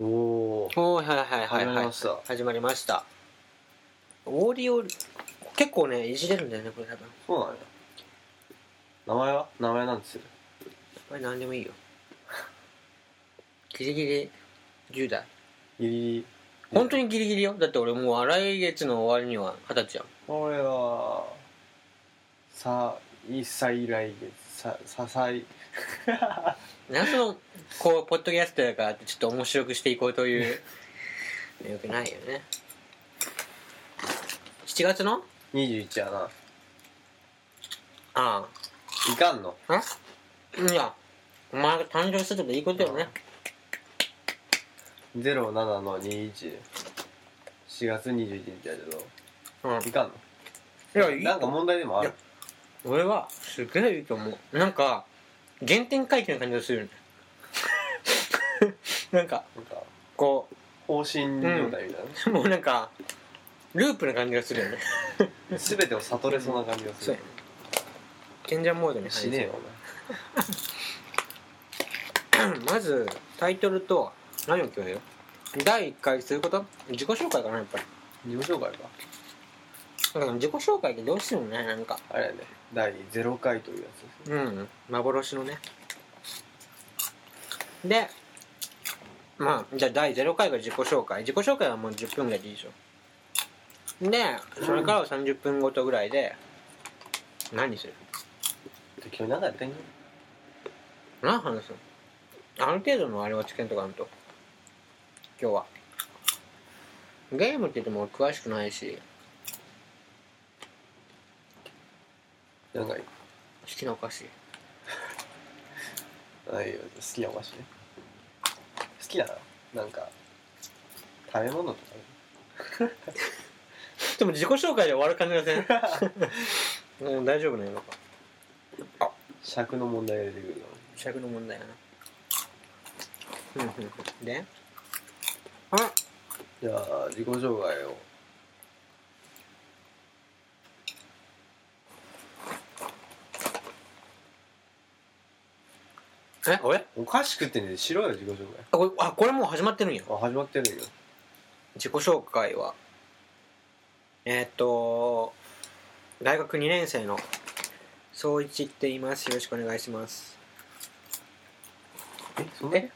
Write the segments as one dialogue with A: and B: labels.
A: おお
B: おーはいはいはい
A: 始まり
B: はい、
A: ました
B: 始まりましたオーディオ結構ねいじれるんだよねこれ多分
A: そうなんや名前は名前なんですよ
B: これ何でもいいよギリギリ10代
A: ギリギリ
B: 本当にギリギリよだって俺もう来月の終わりには二十歳やん
A: 俺はさい再来月さささい
B: なんかそのこうポッドキャストやからってちょっと面白くしていこうという よくないよね7月の
A: 21やな
B: あ
A: いかんの
B: あんいやお前が誕生したってこといいことよね
A: 07の214月21日やけど
B: うん
A: いかんの
B: いやいい
A: なんか問題でもある
B: 俺はすげえいいと思うなんか原点回帰な感じがするよね なんか
A: なんか
B: こ
A: 方針状態みたいな、
B: うもうなんかループな感じがするよね
A: 全てを悟れそうな感じがす
B: そう
A: る
B: やね賢者モードに入
A: しねえよ
B: る まずタイトルと何を決めよう第1回すること自己紹介かなやっぱり
A: お前自己紹介か
B: だから自己紹介ってどうしてもねなんか
A: あれやね第0回というやつですね
B: うん幻のねでまあじゃあ第0回が自己紹介自己紹介はもう10分ぐらいでいいでしょでそれからは30分ごとぐらいで何する
A: 適当に何かやってんの
B: 何話すのある程度のあれは知見とかあると今日はゲームって言っても俺詳しくないし
A: なんかいい
B: 好きなお菓子
A: ないよ好きなお菓子ね好きななんか食べ物とか
B: でも自己紹介で終わる感じがせんもう大丈夫なのか
A: 尺の問題が出てくるよ
B: 尺の問題やなうんうんうんであ
A: じゃあ自己紹介を
B: えあれ
A: お菓子食ってんでしろよ自己紹介
B: あこれあこれもう始まってるんや
A: あ始まってるよ
B: 自己紹介はえーっと大学2年生の総一って言いますよろしくお願いします
A: えそん
B: え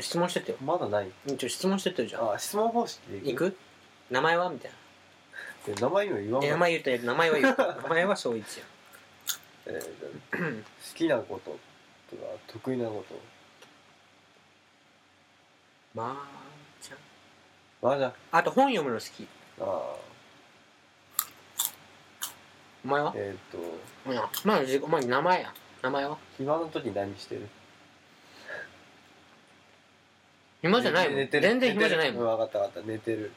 B: 質問してってよ
A: まだない
B: 一応質問してってるじゃん
A: あ質問方式で
B: 行く名前はみたい
A: え名前今言わん
B: なえ名
A: い、
B: 前言ったやつ名前は 言う名前は総一や
A: えーじゃあ 好きなこととか得意なこ
B: まーちゃん
A: とまあじゃ
B: あと本読むの好き
A: ああ
B: お前は
A: ーえっ、と
B: うんまあ自己まあ名前や名前は
A: 暇の時何してる
B: 暇じゃないも
A: 寝
B: ん
A: て
B: 全
A: る
B: 然暇じゃない
A: 寝てる
B: も
A: 分
B: ん
A: かった分かった寝てる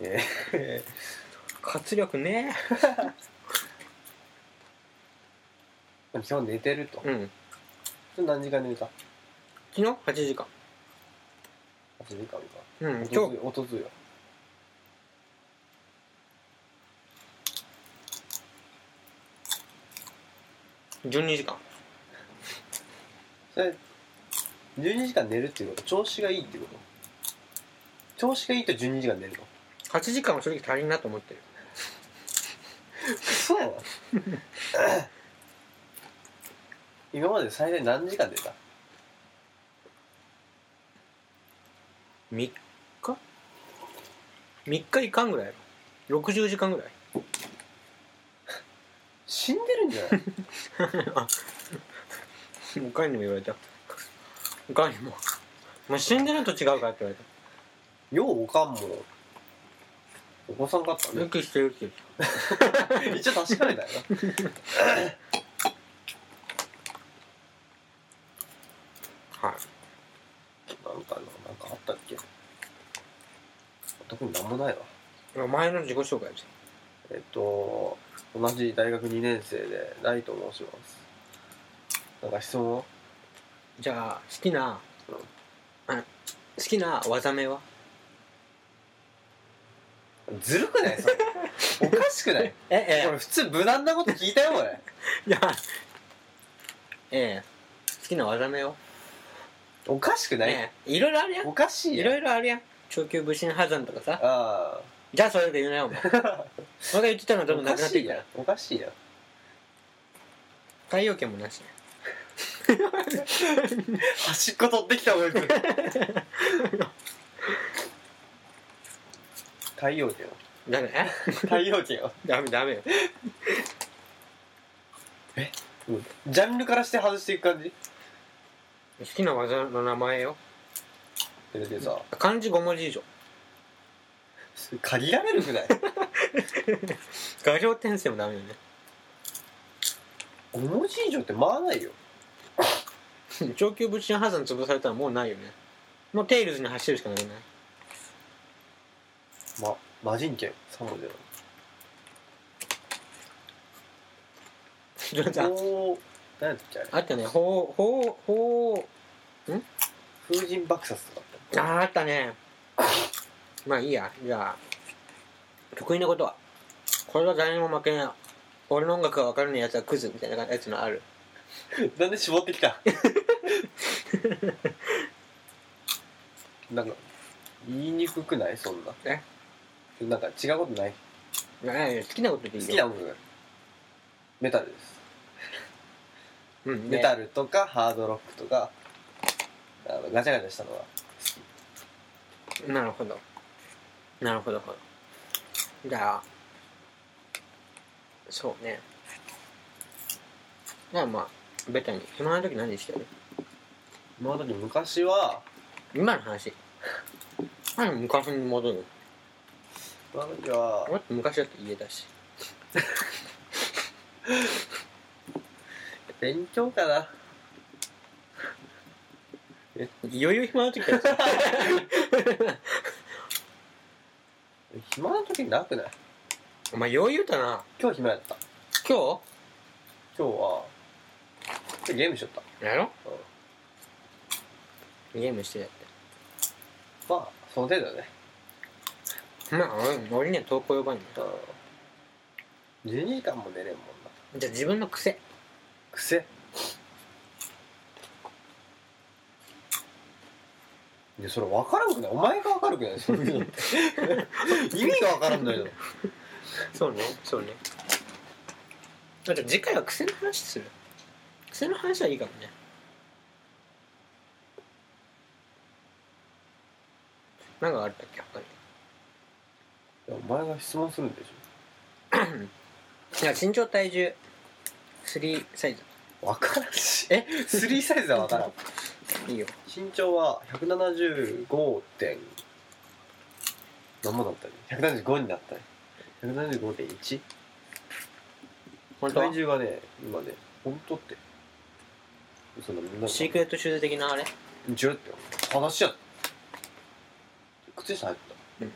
A: えー
B: 活力ね
A: まあ基本寝てると、
B: うん
A: 何時間寝た
B: 昨日8時間
A: ?8 時間か
B: うん
A: お
B: 今
A: とつ
B: 日
A: いおとついよ
B: 12時間
A: それ12時間寝るっていうこと調子がいいってこと調子がいいと12時間寝るの
B: 8時間は正直足りんなと思ってる
A: そうなの 今まで最大何時間寝た
B: 3日 ?3 日いかんぐらいやろ60時間ぐらい
A: 死んでるんじゃない
B: おかんにも言われたおかんにも「まあ、死んでるのと違うから」って言
A: よ
B: わ
A: うおかんもお子さんかった
B: れた「
A: ね
B: 息してる」って言って
A: 一応確かめたよな
B: たはい
A: なんかななんかあったっけ特になんもないわ
B: お前の自己紹介です
A: えっと、同じ大学2年生で、ライと申します。なんか質問は
B: じゃあ好きな
A: うん
B: あ好きな技名は
A: ずるくないそれ。 おかしくない
B: ええ
A: 俺普通無難なこと聞いたよ、 俺。
B: いやええ好きな技名は
A: おかしくない、
B: ねいろいろあるやん
A: おかしい
B: い
A: やん
B: ろいろあるやん長級武神破産とかさ
A: あ
B: じゃあそれで言うなよお前俺が言ってたのは
A: あ
B: 多
A: お
B: 分な
A: か
B: くなっ
A: してい
B: きた
A: やんおかしいやん
B: 太陽圏もなしね
A: 端っこ取ってきた方がよく 太陽圏は
B: ダメえ
A: 太陽圏は
B: ダメダメよ
A: ジャンルからして外していく感じ
B: 好きな技の名前よ
A: だってさ
B: 漢字5文字以上
A: 限られるくない
B: 画像転生もダメよね
A: 5文字以上って回らないよ
B: 上級物心破産潰されたらもうないよねもうテイルズに走るしかないよね
A: ま魔人剣3文字
B: ちょっと
A: だ
B: さ
A: なお何やったっけあれ
B: あったねほうほうほ
A: 風神爆殺とかあっ
B: うあーあったねまあいいやじゃあ得意なことはこれは誰にも負けない俺の音楽が分からないやつはクズみたいなやつのある
A: たなんで絞ってきた なんか言いにくくないそんな
B: え
A: なんか違うことない
B: ね好きなことでい
A: 好
B: いよ
A: きな音楽メタルです
B: うん
A: メタルとかハードロックとかあのガチャガチャしたのは
B: なるほどなるほどほどじゃあそうねじゃあまあベタに暇な時何してる
A: 今の時昔は
B: 今の話何で昔に戻るの
A: 今の時は
B: 俺って昔だって家だし
A: 勉強かな
B: 余裕暇な時だし
A: 暇な時なくない
B: お前余裕だな
A: 今日暇やった
B: 今
A: 今日は今日ゲームしよった
B: 日やろ
A: うん
B: ゲームしてやっ
A: まあその程度だね
B: てまあ俺俺には投稿呼ばんね
A: うん12時間も寝れんもんな
B: じゃあ自分の癖
A: 癖いやそれ分からんくないお前が分かるくないそれ意味が分からんのよ
B: そうねそうねだって次回は癖の話する癖の話はいいかもねなんかあったっけ他に
A: いやお前が質問するんでし
B: いや身長体重3サイズ
A: ょ分からんし
B: え
A: 3サイズは分からん
B: いいよ
A: 身長は175点何もだったね175になったね175.1
B: 本当は
A: 体重がね今ね本当ってそのなんか
B: シークレットシューズ的なあれ
A: 違うって話や靴下入った、
B: うん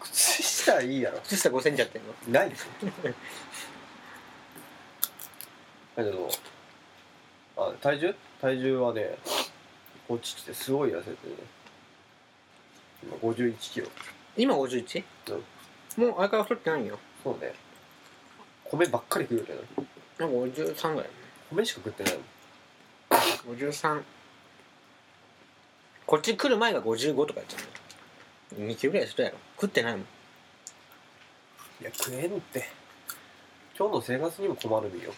A: 靴下はいいやろ
B: 靴下5センチやってんの
A: ないでし ょだけどあ体重体重はね落ちてすごい痩せてね今51キロ
B: 今 51?
A: うん
B: もう相変わらず太ってないよ
A: そうね米ばっかり食うけど
B: なんか53ぐらい
A: 米しか食ってないもん
B: 53こっち来る前が55とかやっちゃう2キロぐらいしたやろ食ってないもん
A: いや食えんって今日の生活にも困るよ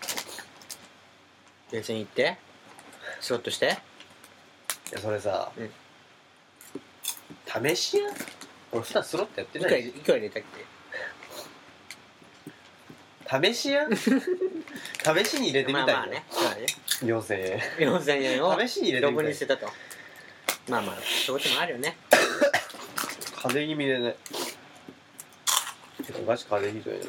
B: 電線行って仕事して
A: いやそれさ、試しや俺普段スロットやって
B: い
A: な
B: くら
A: い
B: いくら入れたっ
A: 試し や試しに入れ
B: け
A: てみ
B: ま
A: た
B: あ
A: い、
B: まあねそうだね
A: 4000
B: 4000円を
A: 円試しに入れてみ
B: 余
A: た
B: 分に
A: い
B: 捨てたとまあまあそういうこともあるよね
A: 風邪気味でねてかマジ風邪ひいて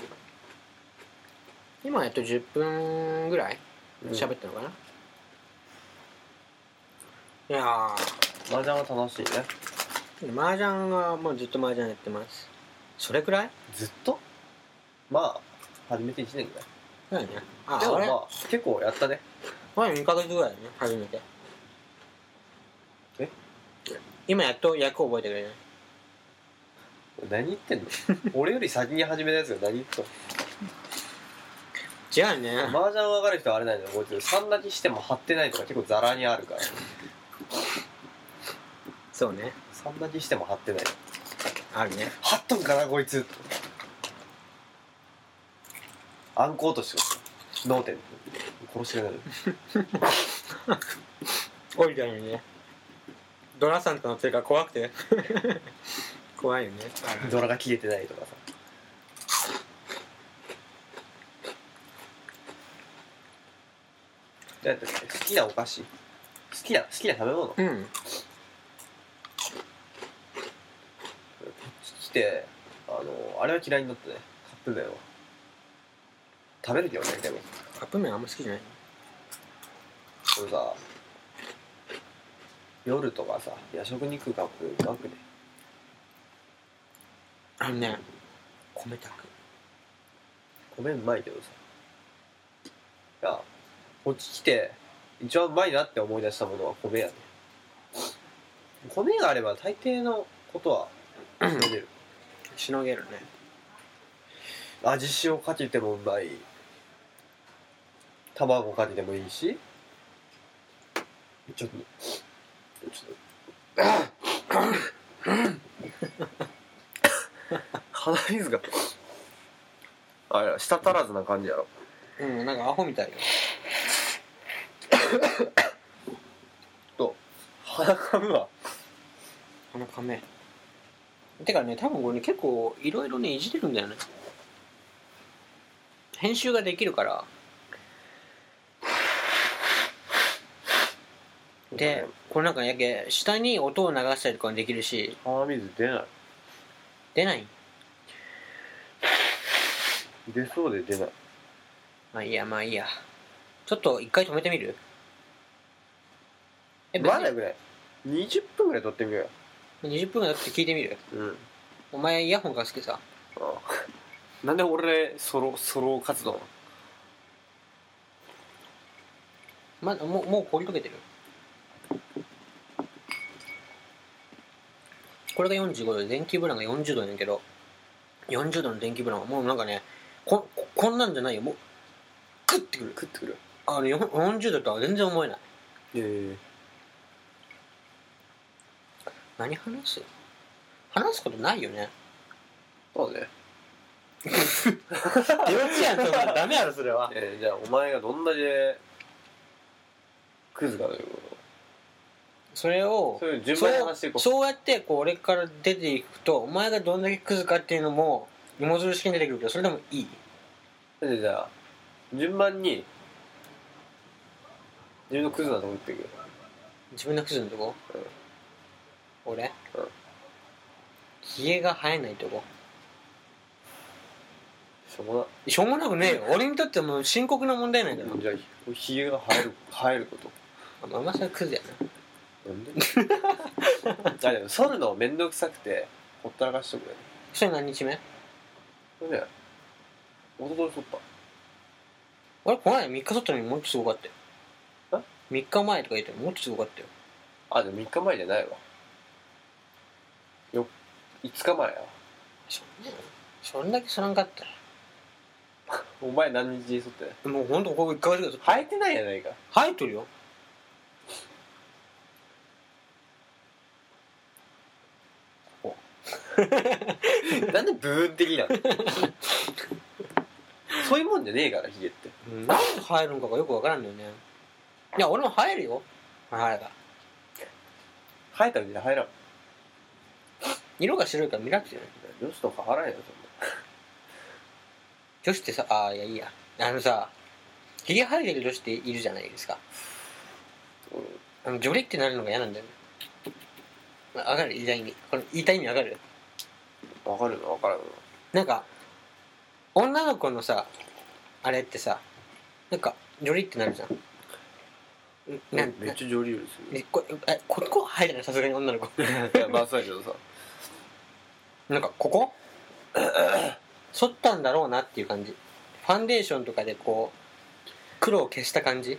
B: 今やっと10分ぐらい
A: る
B: 喋ったのかな、いや
A: 麻雀は楽しいね
B: ー麻雀はもうずっと麻雀やってますそれくらい
A: ずっとまあ始めて1年ぐらい
B: そうだねあ
A: でも
B: 俺
A: まあ結構やったね
B: 俺2ヶ月ぐらいだね初めて
A: え
B: 今やっと役覚えてくれない
A: 何言ってんの俺より先に始めたやつが何言って んの
B: 違うね、
A: 麻雀分かる人はあれなんだよ覚えてる3だけしても張ってないとか結構ザラにあるから
B: そうね
A: そんなにしても張ってない
B: あるね
A: 張っとんかなこいつアンコートしてます脳天殺してやる
B: 降りたのにねドラさんと乗ってるから怖くて 怖いよね
A: ドラが切れてないとかさだって好きなお菓子好きな好きな食べ物
B: うん
A: 来てあのあれは嫌いになったねカップ麺は食べるけどねでも
B: カップ麺あんま好きじゃない
A: これさ夜とかさ夜食に食うカップ麺うまくね
B: あのね米炊く
A: 米うまいけどさいやこっち来て一番うまいなって思い出したものは米やね米があれば大抵のことは食 べる
B: しのげるね
A: 味塩かけてもうまい卵かけてもいいしちょっとちょっと 鼻水があれ舌足らずな感じやろ
B: うんなんかアホみたいよ
A: と鼻かむわ
B: この亀てかね多分これね結構いろいろねいじれるんだよね編集ができるからでこれなんかやけ下に音を流したりとかもできるし
A: 鼻水出ない
B: 出ない
A: 出そうで出ない
B: まあいいやまあいいやちょっと一回止めてみるえ別に
A: まだぐらい20分ぐらい撮ってみよ
B: 20分だって聞いてみる
A: うようん
B: お前イヤホンが好きさ
A: ああなんで俺ソロソロ活動
B: まだもうもう氷溶けてるこれが45度で電気ブランが40度やねんけど40度の電気ブランはもうなんかねこここんなんじゃないよもう
A: 食ってくる食ってくる
B: あのよ40度とは全然思えない
A: え
B: 何話す話すことないよ
A: え
B: ね
A: そうね
B: 出落ちやんとダメやろそれは
A: えー、じゃあお前がどんだけクズかというこ
B: それ
A: と
B: を
A: そういう順番に話していこう
B: そうそうやってこう俺から出ていくとお前がどんだけクズかっていうのも芋づる式に出てくるけどそれでもいい
A: じゃあじゃあ順番に自分のクズなとこ行っていくよ
B: 自分のクズのとこ、
A: うん
B: 俺、
A: うん
B: ひげが生えないとこ
A: しょうも
B: しょうもなくねえよ俺にとってもう深刻な問題なんだよ
A: なじゃあひげが生える生えること
B: お前お前それクズや
A: なんで あでも剃るのめんどくさくてほったらかしとくよ
B: なそれ何日目
A: それねおととい剃った
B: 俺この間3日剃ったのにもっとすごかったよ3日前とか言ってもっとすごかったよ
A: あでも3日前じゃないわよ5日前やわ
B: そんなそんだけそらんかった
A: お前何日に剃って
B: らもうほんとここ1ヶ月ぐらい剃った
A: 生えてないやないか
B: 生えてるよ
A: なんで部分的なの そういうもんじゃねえからヒゲって
B: なんで生えるのかがよくわからんのよねいや俺も生えるよ生えが
A: 生えたらじゃ生えらん
B: 色が白いから目立つよね
A: 女子と変わらんやろ
B: 女子ってさあーいやいいやあのさひげ生えてる女子っているじゃないですか
A: そんな
B: あのジョリってなるのが嫌なんだよねわかる言いたい意味これ言いたい意味わかる
A: うんわかるのわかるの
B: なんか女の子のさあれってさなんかジョリってなるじゃんなん
A: めっちゃ上流ですよ
B: えこえここ生えてないさすがに女の子
A: いやまあそうやけどさ
B: なんかこ こ剃ったんだろうなっていう感じファンデーションとかでこう黒を消した感じ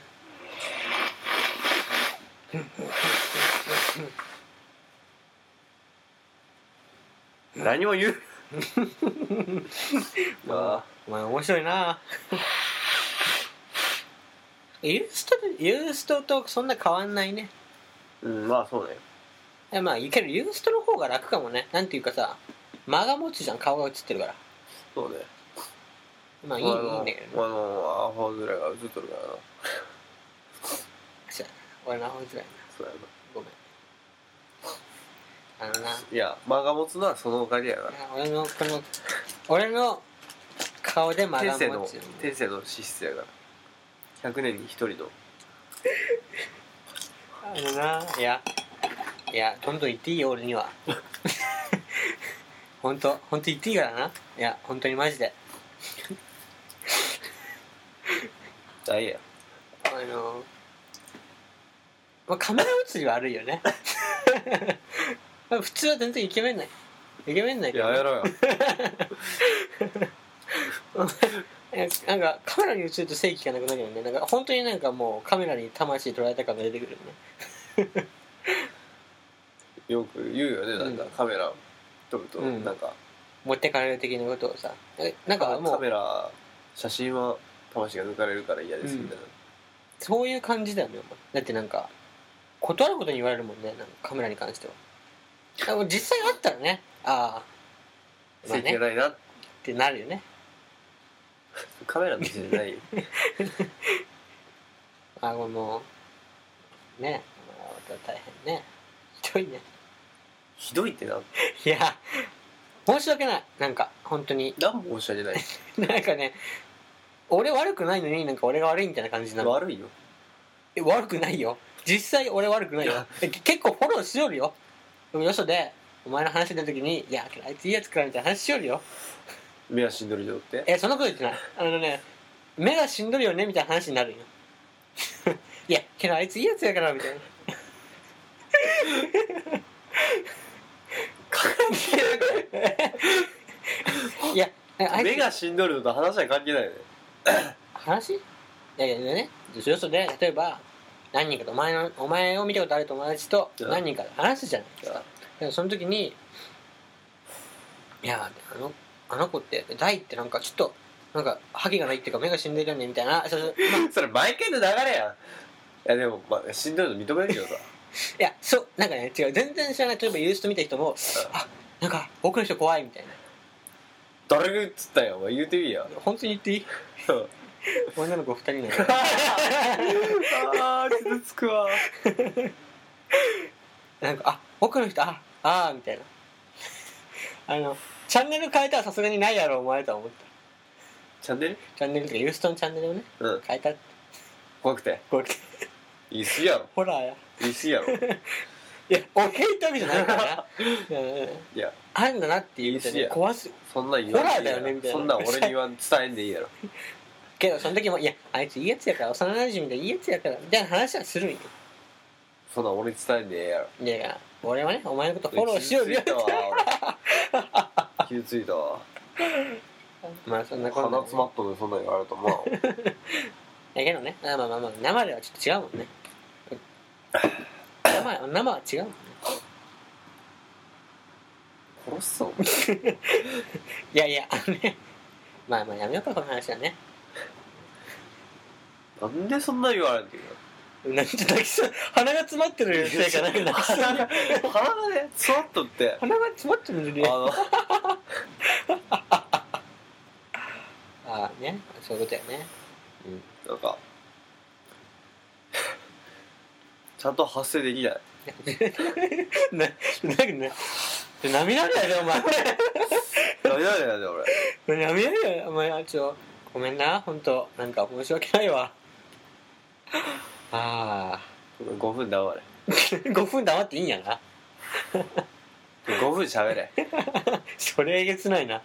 A: 何も言う ま
B: お前面白いな ユーストとユーストとそんな変わんないね
A: あうんまあそうね
B: やまあいいけどユーストの方が楽かもねなんていうかさ間が持つじゃん顔が映ってるから
A: そうね
B: まあいいいい
A: あ
B: ん
A: の
B: だけどね
A: あのアホぐらいが映っとるからな
B: 俺の方づらいな
A: そうや
B: ごめんあのな
A: ないや間が持つのはそのおかげやな
B: 俺のこの俺の顔で間
A: 天
B: が
A: 性
B: 持
A: の
B: つよ
A: 天性の資質やから100年に1人の
B: あのないやいやどんどん言っていいよ俺には 本当本当言っていいからないや本当にマジで
A: あいいや
B: あのまあ、カメラ映りは悪いよねまあ普通は全然イケメンないイケメンない
A: い
B: けど
A: ややろうよ
B: えなんかカメラに映ると正気がなくなるよねなんか本当になんかもうカメラに魂捉えた感が出てくるよね
A: よく言うよねなんか
B: うん
A: カメラ撮ると
B: うん
A: なんか
B: 持ってかれる的なことをさえなんかも
A: カ
B: う
A: メラ写真は魂が抜かれるから嫌ですみたい
B: そういう感じだよねお前だってなんか断ることに言われるもんねなんかカメラに関してはでも実際あったらねああま
A: な正
B: あ
A: 気
B: ね
A: がないな
B: ってなるよね
A: カメラのせいじゃないよ
B: あこのねまあまた大変ねひどいね
A: ひどいってない
B: や申し訳ないなんか本当に
A: 何も申し訳ない
B: なんかね俺悪くないのになんか俺が悪いみたいな感じになる
A: 悪いよ
B: え悪くないよ実際俺悪くないよ
A: いや
B: え結構フォローしよるよでもよそでお前の話出た時に「いやあいついいやつくら」みたいな話しよるよ
A: 目足のり状って
B: えそんなこと言ってないあのね目がしんどるよねみたいな話になるんよ いやけどあいついいやつやからみたい な
A: 関係なくない
B: いやあいつ
A: 目がしんどるのと話は関係ないよね
B: 話いやいやねよそで例えば何人かとお前のお前を見たことある友達と
A: うん
B: 何人かと話すじゃないですかでもその時に「いやあのあの子って大ってなんかちょっとなんか歯気がないっていうか目が死んでるよね」みたいなそう そうまあ
A: それ毎回の流れやんいやでも、まあ、しんどいの認める けどさ
B: いやそうなんかね違う全然知らない例えばユースト見た人も「あなんか僕の人怖い」みたいな
A: 誰が言ってたんやお前言うてみい や
B: 本当に言っていい女の子2人なのよ
A: あー傷つくわ
B: なんか、あ、奥の人、あ、あーみたいな。あの、チャンネル変えたらさすがにないやろ、お前とは思っ
A: チャンネル
B: た。チャンネルとか、ユーストンチャンネルをね、
A: うん
B: 変えたって。
A: 怖くて
B: こ れ、
A: 言い過ぎやろ
B: ホラーや。
A: 言い過ぎ やろ
B: いや、俺が言ったわけじゃないからな。 うんうん
A: いや
B: あるんだなっていうと
A: いいっす
B: ね、
A: よ
B: 怖す。
A: そんなん言わんでいい
B: ホラーだよねみたいな
A: そんなん俺に言わん伝えんでいいやろ
B: けど、その時も、いや、あいついいやつやから、幼馴染でいいやつやから、みたいな話はするんよ。
A: そんなん俺に伝えんでええやろ
B: いや、俺はね、お前のことフォローしよう
A: 傷つ
B: よ
A: い。たわ 俺傷ついたわ
B: まあ、そんなこと
A: 鼻詰まっとるのにそんなん言われると思 う
B: だけどね、まあまあまあまあ、生ではちょっと違うもん ね。生は生は違うもんね。
A: 殺すぞ
B: いやいや、あのね、まあまあやめようか、この話はね。
A: お前なんでそんなん言われんていう
B: なんちょっと泣きそう、鼻が詰まってるせいかなんか 泣きそう
A: 鼻がねそっとっ て
B: 鼻が詰まってる
A: あ
B: 理由。あ
A: の
B: あー、ね、そういうことやね。
A: なんか ちゃんと発声できない
B: な、なんかね、涙だよ、お
A: ダメだよね俺
B: 前。涙だよ、お前、あちょ、ごめんな、ほんと。なんか申し訳ないわ。あ
A: 5分黙れ
B: あ、5分黙っていいんやな。
A: 5分喋れ
B: それえげつないな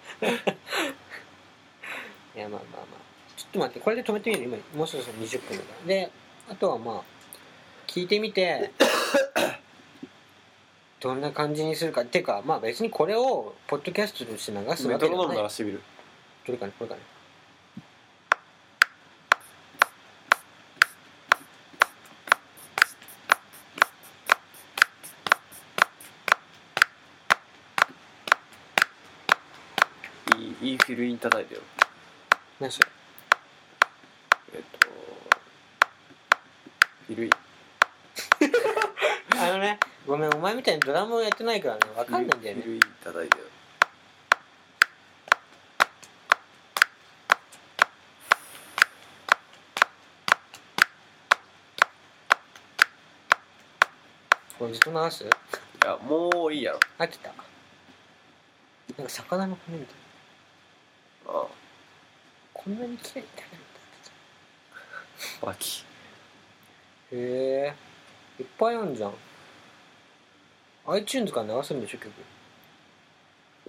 B: いやまあまあまあちょっと待ってこれで止めてみる今もうそろそろ20分だからであとはまあ聞いてみ てどんな感じにするかっていうかまあ別にこれをポッドキャストとして流す
A: メ
B: わ
A: ト
B: けで
A: ロノーム
B: はないど
A: 鳴らしてみる
B: れかねこれかね
A: いいいいフィルイン叩いてよ
B: 何それ
A: えっとフィルイン
B: あのねごめんお前みたいにドラムをやってないからねわかんないんだよね
A: ゆるい叩いてる
B: これずっと流す
A: いやもういいやろ
B: 合ってたなんか魚の骨みたい
A: あ
B: こんなに綺麗に食べるんだ
A: あバキ
B: へえいっぱいあんじゃん iTunes から流すんでしょ曲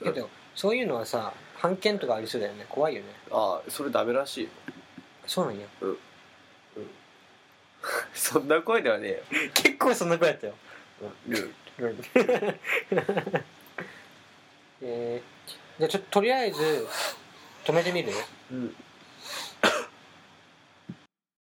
B: けど、そういうのはさ版権とかありそうだよね怖いよね
A: ああそれダメらしいよ
B: そうなんや
A: そんな声ではねえよ
B: 結構そんな声やったよ
A: うん
B: えー、じゃあちょっととりあえず止めてみる
A: うん